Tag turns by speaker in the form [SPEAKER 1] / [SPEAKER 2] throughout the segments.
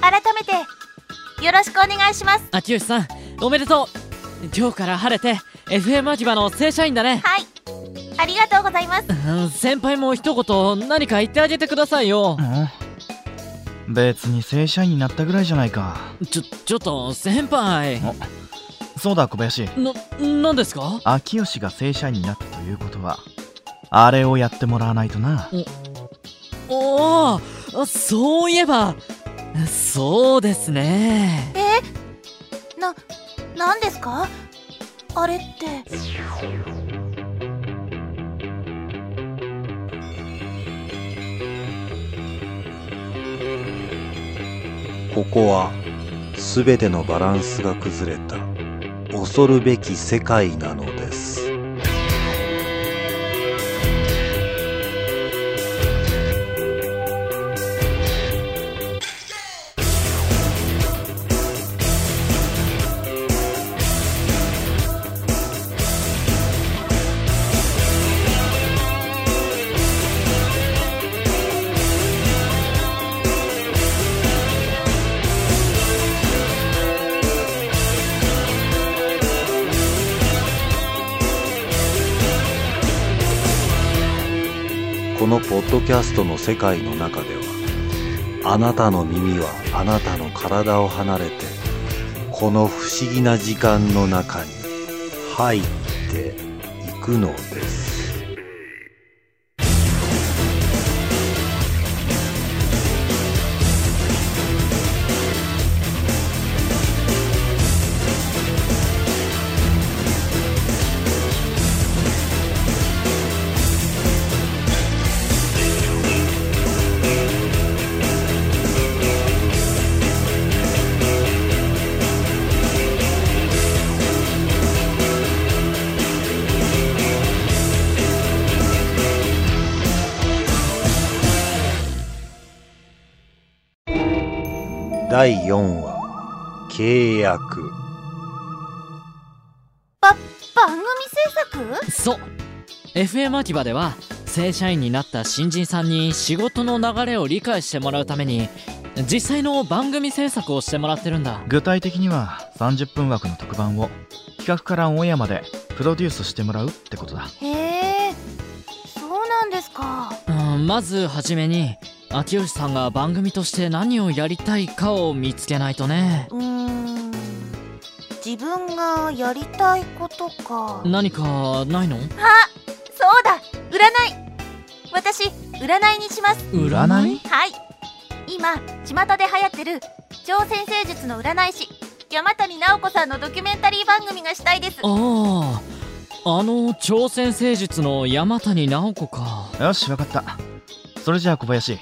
[SPEAKER 1] 改めてよろしくお願いします
[SPEAKER 2] 秋吉さんおめでとう今日から晴れて FM 秋葉の正社員だね
[SPEAKER 1] はいありがとうございます
[SPEAKER 2] うん先輩も一言何か言ってあげてくださいよ
[SPEAKER 3] うん別に正社員になったぐらいじゃないか
[SPEAKER 2] ちょちょっと先輩
[SPEAKER 3] そうだ小林
[SPEAKER 2] な何ですか
[SPEAKER 3] 秋吉が正社員になったということはあれをやってもらわないとな
[SPEAKER 2] おおそういえばそうですね
[SPEAKER 1] えな何ですかあれって
[SPEAKER 4] ここは全てのバランスが崩れた恐るべき世界なのですこのポッドキャストの世界の中ではあなたの耳はあなたの体を離れてこの不思議な時間の中に入っていくのです第4話契約
[SPEAKER 1] ば番組制作
[SPEAKER 2] そう FM 秋葉では正社員になった新人さんに仕事の流れを理解してもらうために実際の番組制作をしてもらってるんだ
[SPEAKER 3] 具体的には30分枠の特番を企画からオンエアまでプロデュースしてもらうってことだ
[SPEAKER 1] へえそうなんですか
[SPEAKER 2] うんまずはじめに秋吉さんが番組として何をやりたいかを見つけないとね
[SPEAKER 1] うーん自分がやりたいことか
[SPEAKER 2] 何かないの
[SPEAKER 1] そうだ占い私占いにします
[SPEAKER 3] 占い
[SPEAKER 1] はい今巷で流行ってる超先生術の占い師山谷直子さんのドキュメンタリー番組がしたいです
[SPEAKER 2] あああの朝鮮聖術の山谷直子か
[SPEAKER 3] よしわかったそれじゃあ小林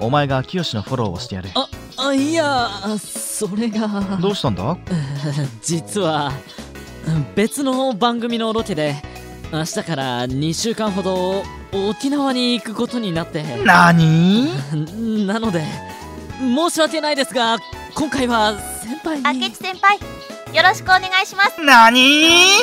[SPEAKER 3] お前が秋吉のフォローをしてやれ
[SPEAKER 2] ああいやそれが
[SPEAKER 3] どうしたんだ
[SPEAKER 2] 実は別の番組のロケで明日から2週間ほど沖縄に行くことになって
[SPEAKER 3] なに
[SPEAKER 2] なので申し訳ないですが今回は先輩に
[SPEAKER 1] 明智先輩よろしくお願いします
[SPEAKER 3] なに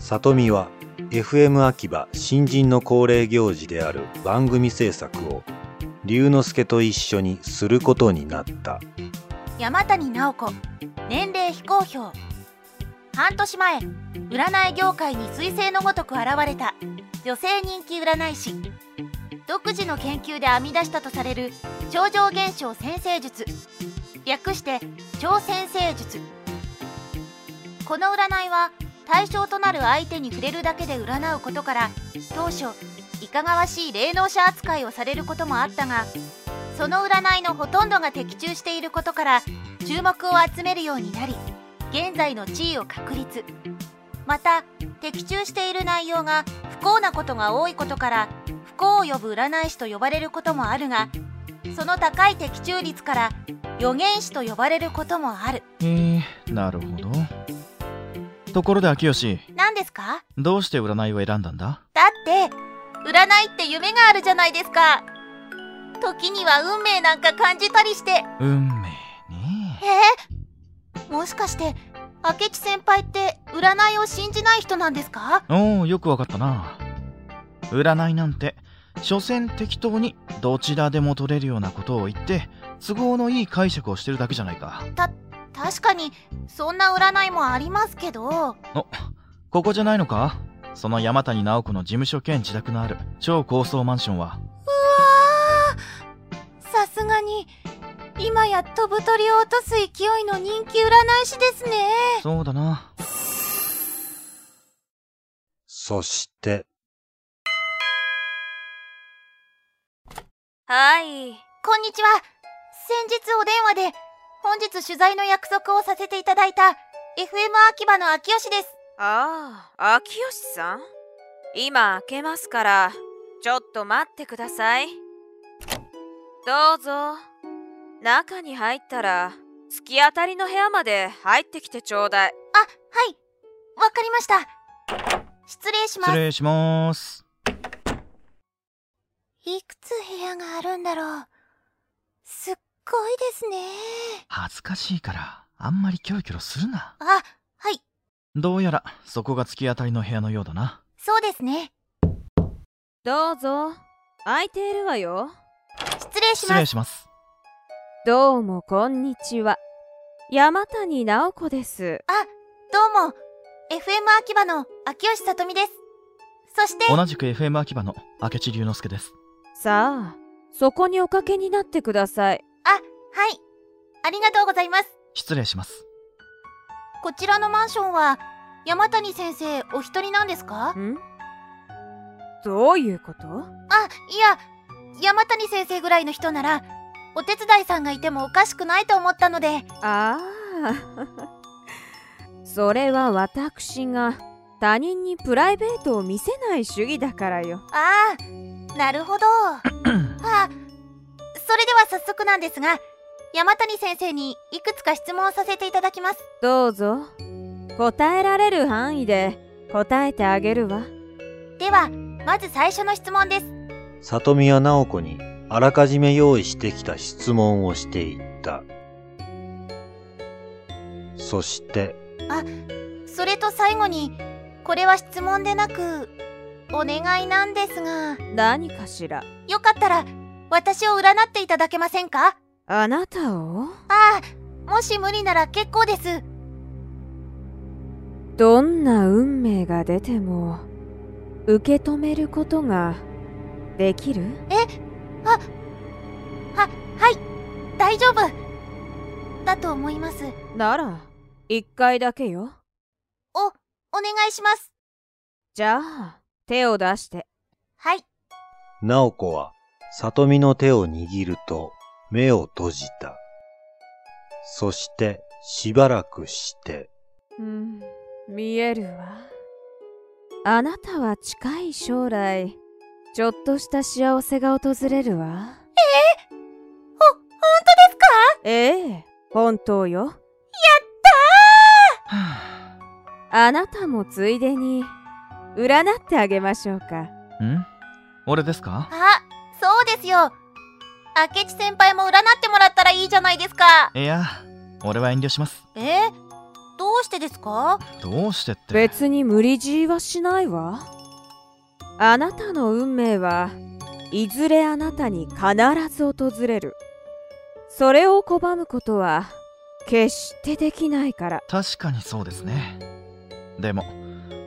[SPEAKER 4] 里美は FM 秋葉新人の恒例行事である番組制作を龍之介と一緒にすることになった
[SPEAKER 1] 山谷直子年齢非公表半年前占い業界に彗星のごとく現れた女性人気占い師独自の研究で編み出したとされる超常現象先生術略して超先生術この占いは対象となる相手に触れるだけで占うことから当初いかがわしい霊能者扱いをされることもあったがその占いのほとんどが的中していることから注目を集めるようになり現在の地位を確立また的中している内容が不幸なことが多いことから不幸を呼ぶ占い師と呼ばれることもあるがその高い的中率から予言師と呼ばれることもある
[SPEAKER 3] えー、なるほどところで秋吉
[SPEAKER 1] 何ですか
[SPEAKER 3] どうして占いを選んだんだ
[SPEAKER 1] だって占いって夢があるじゃないですか時には運命なんか感じたりして
[SPEAKER 3] 運命ね
[SPEAKER 1] えーもしかして明智先輩って占いを信じない人なんですか
[SPEAKER 3] おおよくわかったな占いなんて所詮適当にどちらでも取れるようなことを言って都合のいい解釈をしてるだけじゃないか
[SPEAKER 1] 確かにそんな占いもありますけど
[SPEAKER 3] ここじゃないのかその山谷直子の事務所兼自宅のある超高層マンションは
[SPEAKER 1] さすがに今や飛ぶ鳥を落とす勢いの人気占い師ですね
[SPEAKER 3] そうだな
[SPEAKER 4] そして、
[SPEAKER 1] はいこんにちは先日お電話で本日取材の約束をさせていただいた FM 秋葉の秋吉です
[SPEAKER 5] ああ、秋吉さん今開けますから、ちょっと待ってください。どうぞ。中に入ったら、突き当たりの部屋まで入ってきてちょうだい。
[SPEAKER 1] あはいわかりました失礼します
[SPEAKER 3] 失礼します
[SPEAKER 1] いくつ部屋があるんだろうすっごいですね
[SPEAKER 3] 恥ずかしいからあんまりキョロキョロするな
[SPEAKER 1] あはい
[SPEAKER 3] どうやらそこが突き当たりの部屋のようだな
[SPEAKER 1] そうですね
[SPEAKER 5] どうぞ。開いているわよ。
[SPEAKER 1] 失礼し
[SPEAKER 3] 失
[SPEAKER 1] ま
[SPEAKER 3] 礼
[SPEAKER 1] す
[SPEAKER 3] します
[SPEAKER 5] どうもこんにちは。山谷直子です。
[SPEAKER 1] どうも FM 秋葉の秋吉さとみですそして
[SPEAKER 3] 同じく FM 秋葉の明智龍之介です
[SPEAKER 5] さあ、そこにおかけになってください。
[SPEAKER 1] はいありがとうございます
[SPEAKER 3] 失礼します
[SPEAKER 1] こちらのマンションは山谷先生お一人なんですか
[SPEAKER 5] んどういうこと
[SPEAKER 1] あいや山谷先生ぐらいの人ならお手伝いさんがいてもおかしくないと思ったので
[SPEAKER 5] ああ それは私が他人にプライベートを見せない主義だからよ
[SPEAKER 1] ああなるほどああそれでは早速なんですが山谷先生にいくつか質問をさせていただきます
[SPEAKER 5] どうぞ答えられる範囲で答えてあげるわ
[SPEAKER 1] ではまず最初の質問です
[SPEAKER 4] 里見は直子にあらかじめ用意してきた質問をしていった。そして、
[SPEAKER 1] それと最後にこれは質問でなくお願いなんですが
[SPEAKER 5] 何かしら
[SPEAKER 1] よかったら私を占っていただけませんか
[SPEAKER 5] あなたを
[SPEAKER 1] ああもし無理なら結構です
[SPEAKER 5] どんな運命が出ても受け止めることができる
[SPEAKER 1] 大丈夫だと思います
[SPEAKER 5] なら一回だけよ
[SPEAKER 1] お願いします
[SPEAKER 5] じゃあ手を出して
[SPEAKER 1] はい
[SPEAKER 4] 直子は里見の手を握ると目を閉じた。そして、しばらくして、
[SPEAKER 5] うん、見えるわ。あなたは近い将来、ちょっとした幸せが訪れるわ。えほ、本当ですかええ、本当よ。
[SPEAKER 3] は
[SPEAKER 5] あなたもついでに、占ってあげましょうか。
[SPEAKER 3] ぁん俺ですか
[SPEAKER 1] あそうですよ明智先輩も占ってもらったらいいじゃないですか
[SPEAKER 3] いや俺は遠慮します
[SPEAKER 1] えどうしてですか
[SPEAKER 3] どうしてって
[SPEAKER 5] 別に無理強いはしないわ。あなたの運命はいずれあなたに必ず訪れる。それを拒むことは決してできないから。
[SPEAKER 3] 確かにそうですねでも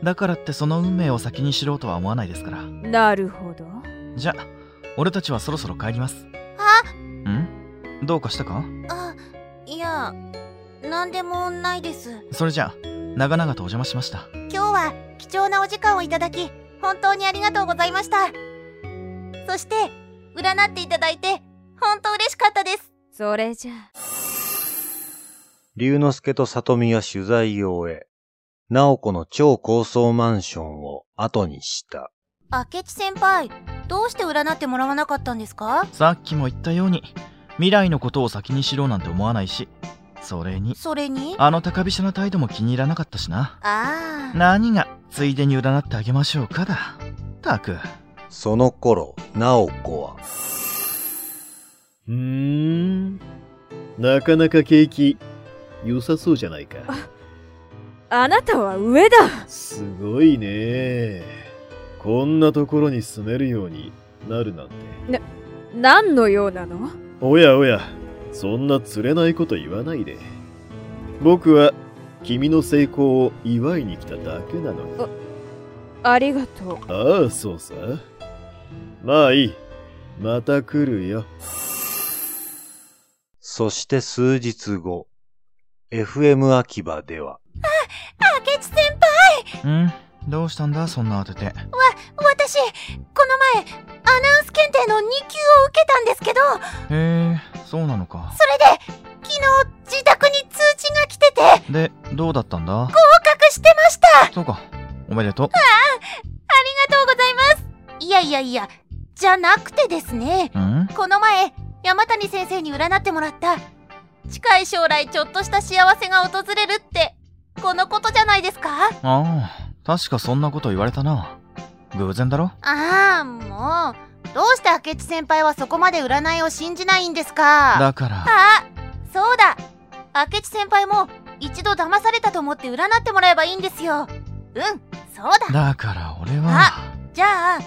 [SPEAKER 3] だからってその運命を先に知ろうとは思わないですから
[SPEAKER 5] なるほど。
[SPEAKER 3] じゃあ俺たちはそろそろ帰ります
[SPEAKER 1] あ
[SPEAKER 3] んどうかしたか
[SPEAKER 1] あいやなんでもないです
[SPEAKER 3] それじゃあ長々とお邪魔しました
[SPEAKER 1] 今日は貴重なお時間をいただき本当にありがとうございましたそして占っていただいて本当嬉しかったです
[SPEAKER 5] それじゃあ。
[SPEAKER 4] 龍之介と里見は取材を終え、直子の超高層マンションを後にした。
[SPEAKER 1] 明智先輩どうして占ってもらわなかったんですか
[SPEAKER 3] さっきも言ったように未来のことを先に知ろうなんて思わないしそれに
[SPEAKER 1] それにあ
[SPEAKER 3] あの高飛車の態度も気に入らなかったしな
[SPEAKER 1] あー
[SPEAKER 3] 何がついでに占ってあげましょうかだたく
[SPEAKER 4] その頃、直子は、
[SPEAKER 6] うーん。なかなか景気、良さそうじゃないか。
[SPEAKER 5] あなたは上だ
[SPEAKER 6] すごいね。こんなところに住めるようになるなんて
[SPEAKER 5] 何の用なの
[SPEAKER 6] おやおやそんな釣れないこと言わないで僕は君の成功を祝いに来ただけなのに
[SPEAKER 5] ありがとう
[SPEAKER 6] ああそうさまあいいまた来るよ
[SPEAKER 4] そして数日後、FM 秋葉では、
[SPEAKER 1] 明智先輩
[SPEAKER 3] うんどうしたんだそんな当てて
[SPEAKER 1] 私この前アナウンス検定の2級を受けたんですけど
[SPEAKER 3] へえそうなのか
[SPEAKER 1] それで昨日自宅に通知が来てて合
[SPEAKER 3] でどうだったんだ
[SPEAKER 1] 格してましたあ
[SPEAKER 3] そうかおめでとう
[SPEAKER 1] りがとうございますいやいやいやじゃなくてですね
[SPEAKER 3] うん
[SPEAKER 1] この前山谷先生に占ってもらった近い将来ちょっとした幸せが訪れるってこのことじゃないですか
[SPEAKER 3] ああ確かそんなこと言われたな偶然だろ
[SPEAKER 1] ああもうどうして明智先輩はそこまで占いを信じないんですか
[SPEAKER 3] だから
[SPEAKER 1] あそうだ明智先輩も一度騙されたと思って占ってもらえばいいんですようんそうだ
[SPEAKER 3] だから俺は
[SPEAKER 1] じゃあ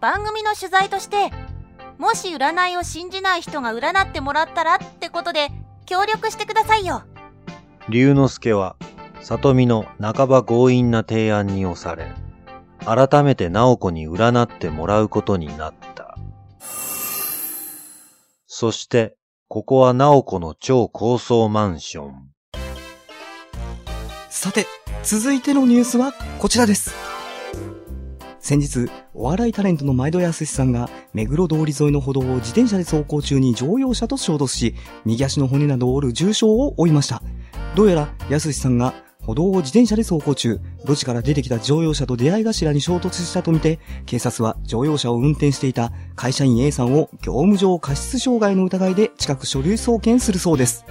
[SPEAKER 1] 番組の取材としてもし占いを信じない人が占ってもらったらってことで協力してくださいよ
[SPEAKER 4] 龍之介は、里美の半ば強引な提案に押され、改めて直子に占ってもらうことになった。そして、ここは直子の超高層マンション。
[SPEAKER 7] さて、続いてのニュースはこちらです。先日、お笑いタレントの前戸康さんが、目黒通り沿いの歩道を自転車で走行中に乗用車と衝突し、右足の骨などを折る重傷を負いました。どうやら、康さんが、歩道を自転車で走行中、路地から出てきた乗用車と出会い頭に衝突したとみて、警察は乗用車を運転していた会社員 A さんを業務上過失傷害の疑いで近く書類送検するそうです。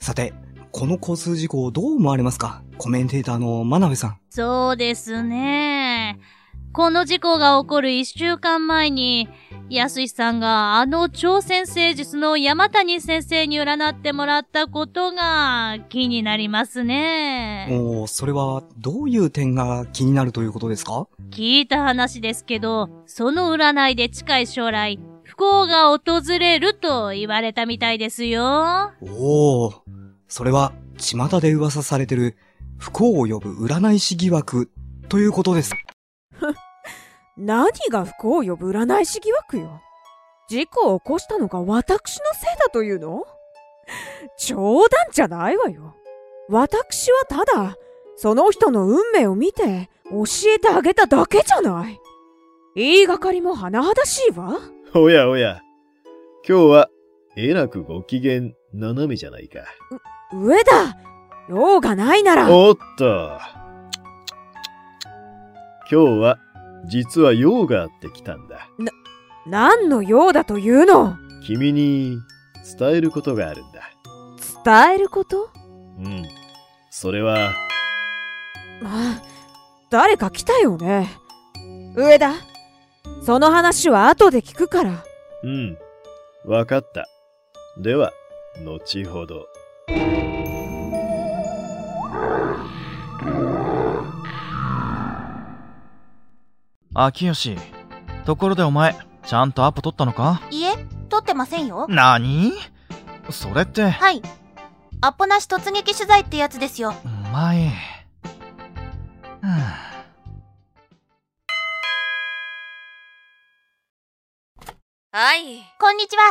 [SPEAKER 7] さて、この交通事故をどう思われますかコメンテーターの真鍋さん。
[SPEAKER 8] そうですね。この事故が起こる一週間前に、安石さんがあの朝鮮誠実の山谷先生に占ってもらったことが気になりますね。
[SPEAKER 7] おーそれはどういう点が気になるということですか
[SPEAKER 8] 聞いた話ですけど、その占いで近い将来、不幸が訪れると言われたみたいですよ。
[SPEAKER 7] おお、それは巷で噂されてる不幸を呼ぶ占い師疑惑ということです。
[SPEAKER 5] 何が不幸を呼ぶ占い師疑惑よ事故を起こしたのが私のせいだというの冗談じゃないわよ私はただその人の運命を見て教えてあげただけじゃない言いがかりも甚だしいわ
[SPEAKER 6] おやおや今日はえらくご機嫌斜めじゃないか
[SPEAKER 5] 上だ用がないなら
[SPEAKER 6] おっと今日は実は用があってきたんだ
[SPEAKER 5] 何の用だというの
[SPEAKER 6] 君に伝えることがあるんだ
[SPEAKER 5] 伝えること
[SPEAKER 6] うんそれは
[SPEAKER 5] あ誰か来たよね上田その話は後で聞くから
[SPEAKER 6] うんわかったでは後ほど
[SPEAKER 3] 秋吉ところでお前ちゃんとアポ取ったのか
[SPEAKER 1] いえ撮ってませんよ
[SPEAKER 3] なにそれって
[SPEAKER 1] はいアポなし突撃取材ってやつですよ
[SPEAKER 3] お前は
[SPEAKER 9] はい
[SPEAKER 1] こんにちは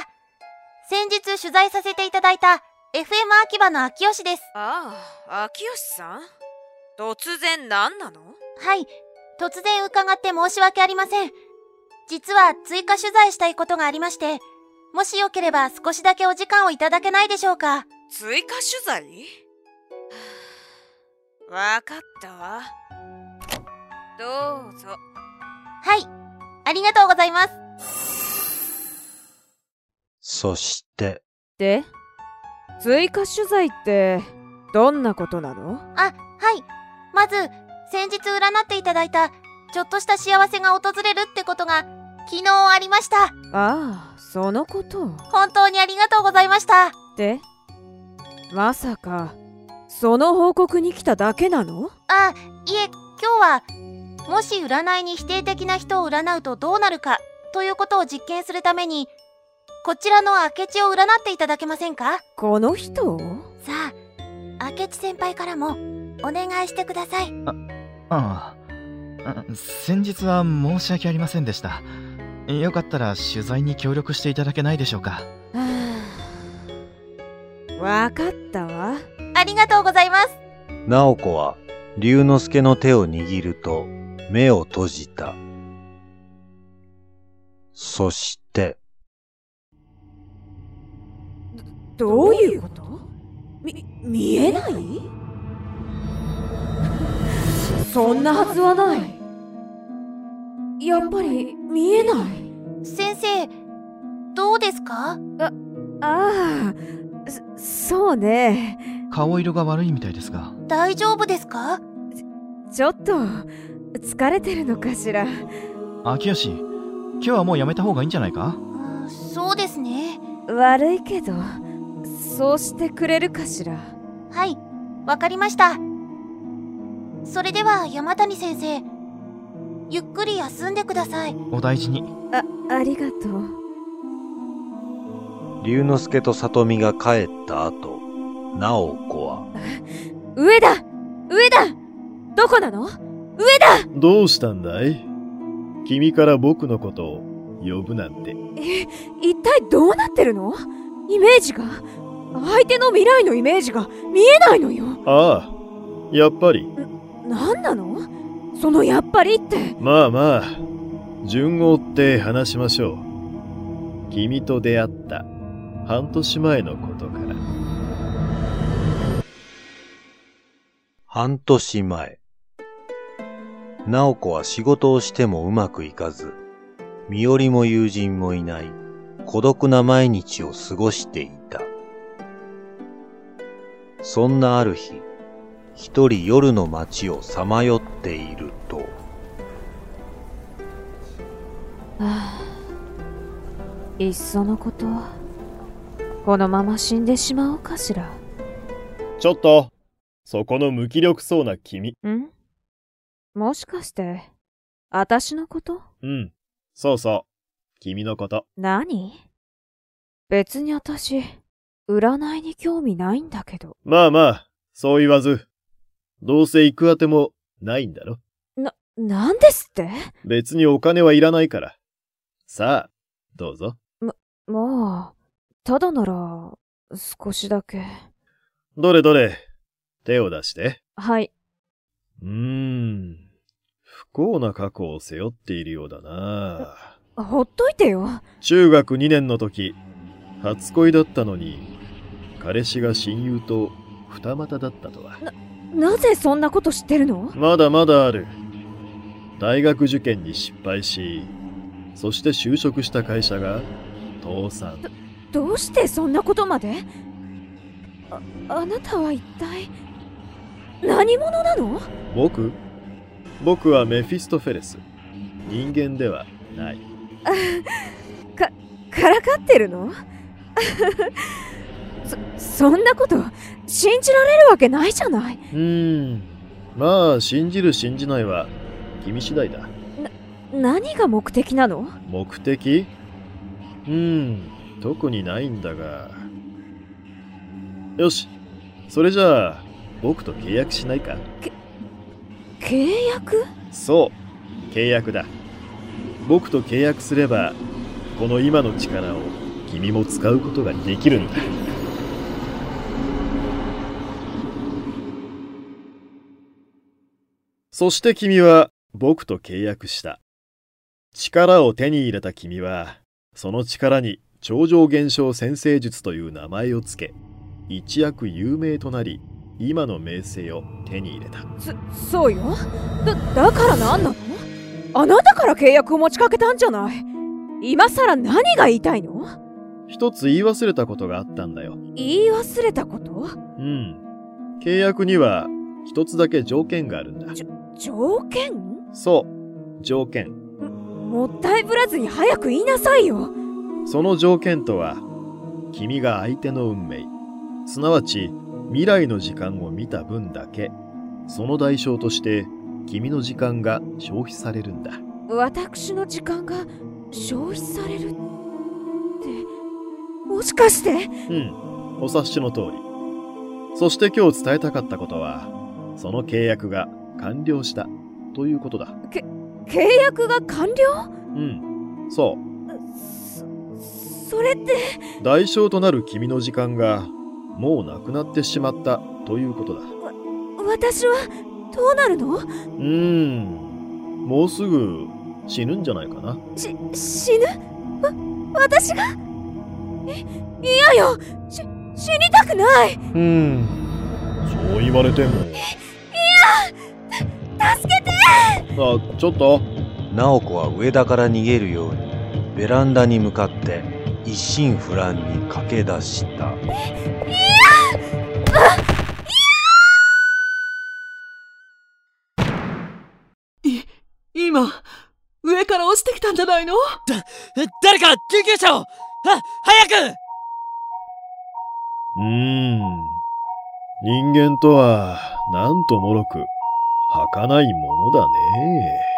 [SPEAKER 1] 先日取材させていただいた FM 秋葉の秋吉です
[SPEAKER 9] ああ秋吉さん突然何なの
[SPEAKER 1] はい突然伺って申し訳ありません実は追加取材したいことがありましてもしよければ少しだけお時間をいただけないでしょうか
[SPEAKER 9] 追加取材はあわかったわどうぞ
[SPEAKER 1] はいありがとうございます
[SPEAKER 4] そして、
[SPEAKER 5] で追加取材ってどんなことなの
[SPEAKER 1] あはいまず先日占っていただいたちょっとした幸せが訪れるってことが昨日ありました
[SPEAKER 5] ああそのこと
[SPEAKER 1] 本当にありがとうございました
[SPEAKER 5] でまさかその報告に来ただけなの
[SPEAKER 1] あいえ今日はもし占いに否定的な人を占うとどうなるかということを実験するためにこちらの明智を占っていただけませんか
[SPEAKER 5] この人を
[SPEAKER 1] さあ明智先輩からもお願いしてください
[SPEAKER 3] あああ先日は申し訳ありませんでしたよかったら取材に協力していただけないでしょうか
[SPEAKER 5] はあわかったわ
[SPEAKER 1] ありがとうございます
[SPEAKER 4] 直子は龍之介の手を握ると目を閉じた。そして、
[SPEAKER 5] どういうことみ見えないそんなはずはないやっぱり見えない
[SPEAKER 1] 先生どうですか
[SPEAKER 5] ああそそうね
[SPEAKER 3] 顔色が悪いみたいですが
[SPEAKER 1] 大丈夫ですか
[SPEAKER 5] ちょっと疲れてるのかしら
[SPEAKER 3] 秋吉今日はもうやめた方がいいんじゃないか
[SPEAKER 1] うんそうですね
[SPEAKER 5] 悪いけどそうしてくれるかしら
[SPEAKER 1] はいわかりましたそれでは山谷先生ゆっくり休んでください
[SPEAKER 3] お大事に
[SPEAKER 5] あありがとう
[SPEAKER 4] 龍之介と里美が帰った後、直子は、
[SPEAKER 5] 上だ上だどこなの
[SPEAKER 6] どうしたんだい君から僕のことを呼ぶなんて。
[SPEAKER 5] 一体どうなってるのイメージが相手の未来のイメージが見えないのよ
[SPEAKER 6] ああ、やっぱり。
[SPEAKER 5] 何なのそのやっぱりって
[SPEAKER 6] まあまあ、順を追って話しましょう。君と出会った半年前のことから。
[SPEAKER 4] 半年前。直子は仕事をしてもうまくいかず、身寄りも友人もいない、孤独な毎日を過ごしていた。そんなある日、一人夜の街をさまよっていると、
[SPEAKER 5] いっそのことこのまま死んでしまおうかしら
[SPEAKER 6] ちょっと、そこの無気力そうな君。
[SPEAKER 5] んもしかして私のこと
[SPEAKER 6] うん、そうそう。君のこと。
[SPEAKER 5] 何別に私占いに興味ないんだけど
[SPEAKER 6] まあまあ、そう言わず。どうせ行くあてもないんだろ。
[SPEAKER 5] なんですって
[SPEAKER 6] 別にお金はいらないから。さあ、どうぞ。
[SPEAKER 5] もうただなら少しだけ
[SPEAKER 6] どれどれ、手を出して。
[SPEAKER 5] はいう
[SPEAKER 6] ーん、不幸な過去を背負っているようだな。
[SPEAKER 5] ほっといてよ
[SPEAKER 6] 中学2年の時、初恋だったのに、彼氏が親友と二股だったとは。
[SPEAKER 5] なぜそんなこと知ってるの
[SPEAKER 6] まだまだある。大学受験に失敗し、そして就職した会社が倒産。
[SPEAKER 5] どうしてそんなことまでああなたは一体何者なの
[SPEAKER 6] 僕僕はメフィストフェレス。人間ではない。
[SPEAKER 5] からかってるの そそんなこと信じられるわけないじゃないう
[SPEAKER 6] ーん。まあ、信じる信じないは君次第だ。
[SPEAKER 5] 何が目的なの
[SPEAKER 6] 目的うーん、特にないんだが。よし、それじゃあ、僕と契約しないか
[SPEAKER 5] 契約
[SPEAKER 6] そう、契約だ。僕と契約すれば、この今の力を君も使うことができるんだ。そして君は僕と契約した。力を手に入れた君は、その力に超常現象先生術という名前をつけ、一躍有名となり、今の名声を手に入れた。
[SPEAKER 5] そそうよだだから何なのあなたから契約を持ちかけたんじゃない今さら何が言いたいの
[SPEAKER 6] 一つ言い忘れたことがあったんだよ。
[SPEAKER 5] 言い忘れたこと
[SPEAKER 6] うん。契約には一つだけ条件があるんだ。
[SPEAKER 5] 条件
[SPEAKER 6] そう。条件。
[SPEAKER 5] もったいぶらずに早く言いなさいよ
[SPEAKER 6] その条件とは、君が相手の運命、すなわち未来の時間を見た分だけ、その代償として君の時間が消費されるんだ。
[SPEAKER 5] 私の時間が消費されるってもしかして
[SPEAKER 6] うん、お察しの通り。そして今日伝えたかったことは、その契約が完了したということだ。
[SPEAKER 5] 契約が完了
[SPEAKER 6] うん、そ
[SPEAKER 5] そそれって
[SPEAKER 6] う。代償となる君の時間が、もうなくなってしまったということだ。う
[SPEAKER 5] 私はどうなるの
[SPEAKER 6] ーん、もうすぐ死ぬんじゃないかな。
[SPEAKER 5] し死ぬわ私がいいやよし死にたくない
[SPEAKER 6] うん、そう言われても。いや助けてあ、ちょっと。
[SPEAKER 4] 直子は上田から逃げるようにベランダに向かって一心不乱に駆け出した
[SPEAKER 10] 今、上から落ちてきたんじゃないの
[SPEAKER 2] 誰か救急車をは早く
[SPEAKER 6] うーん。人間とは、なんともろく、儚いものだね。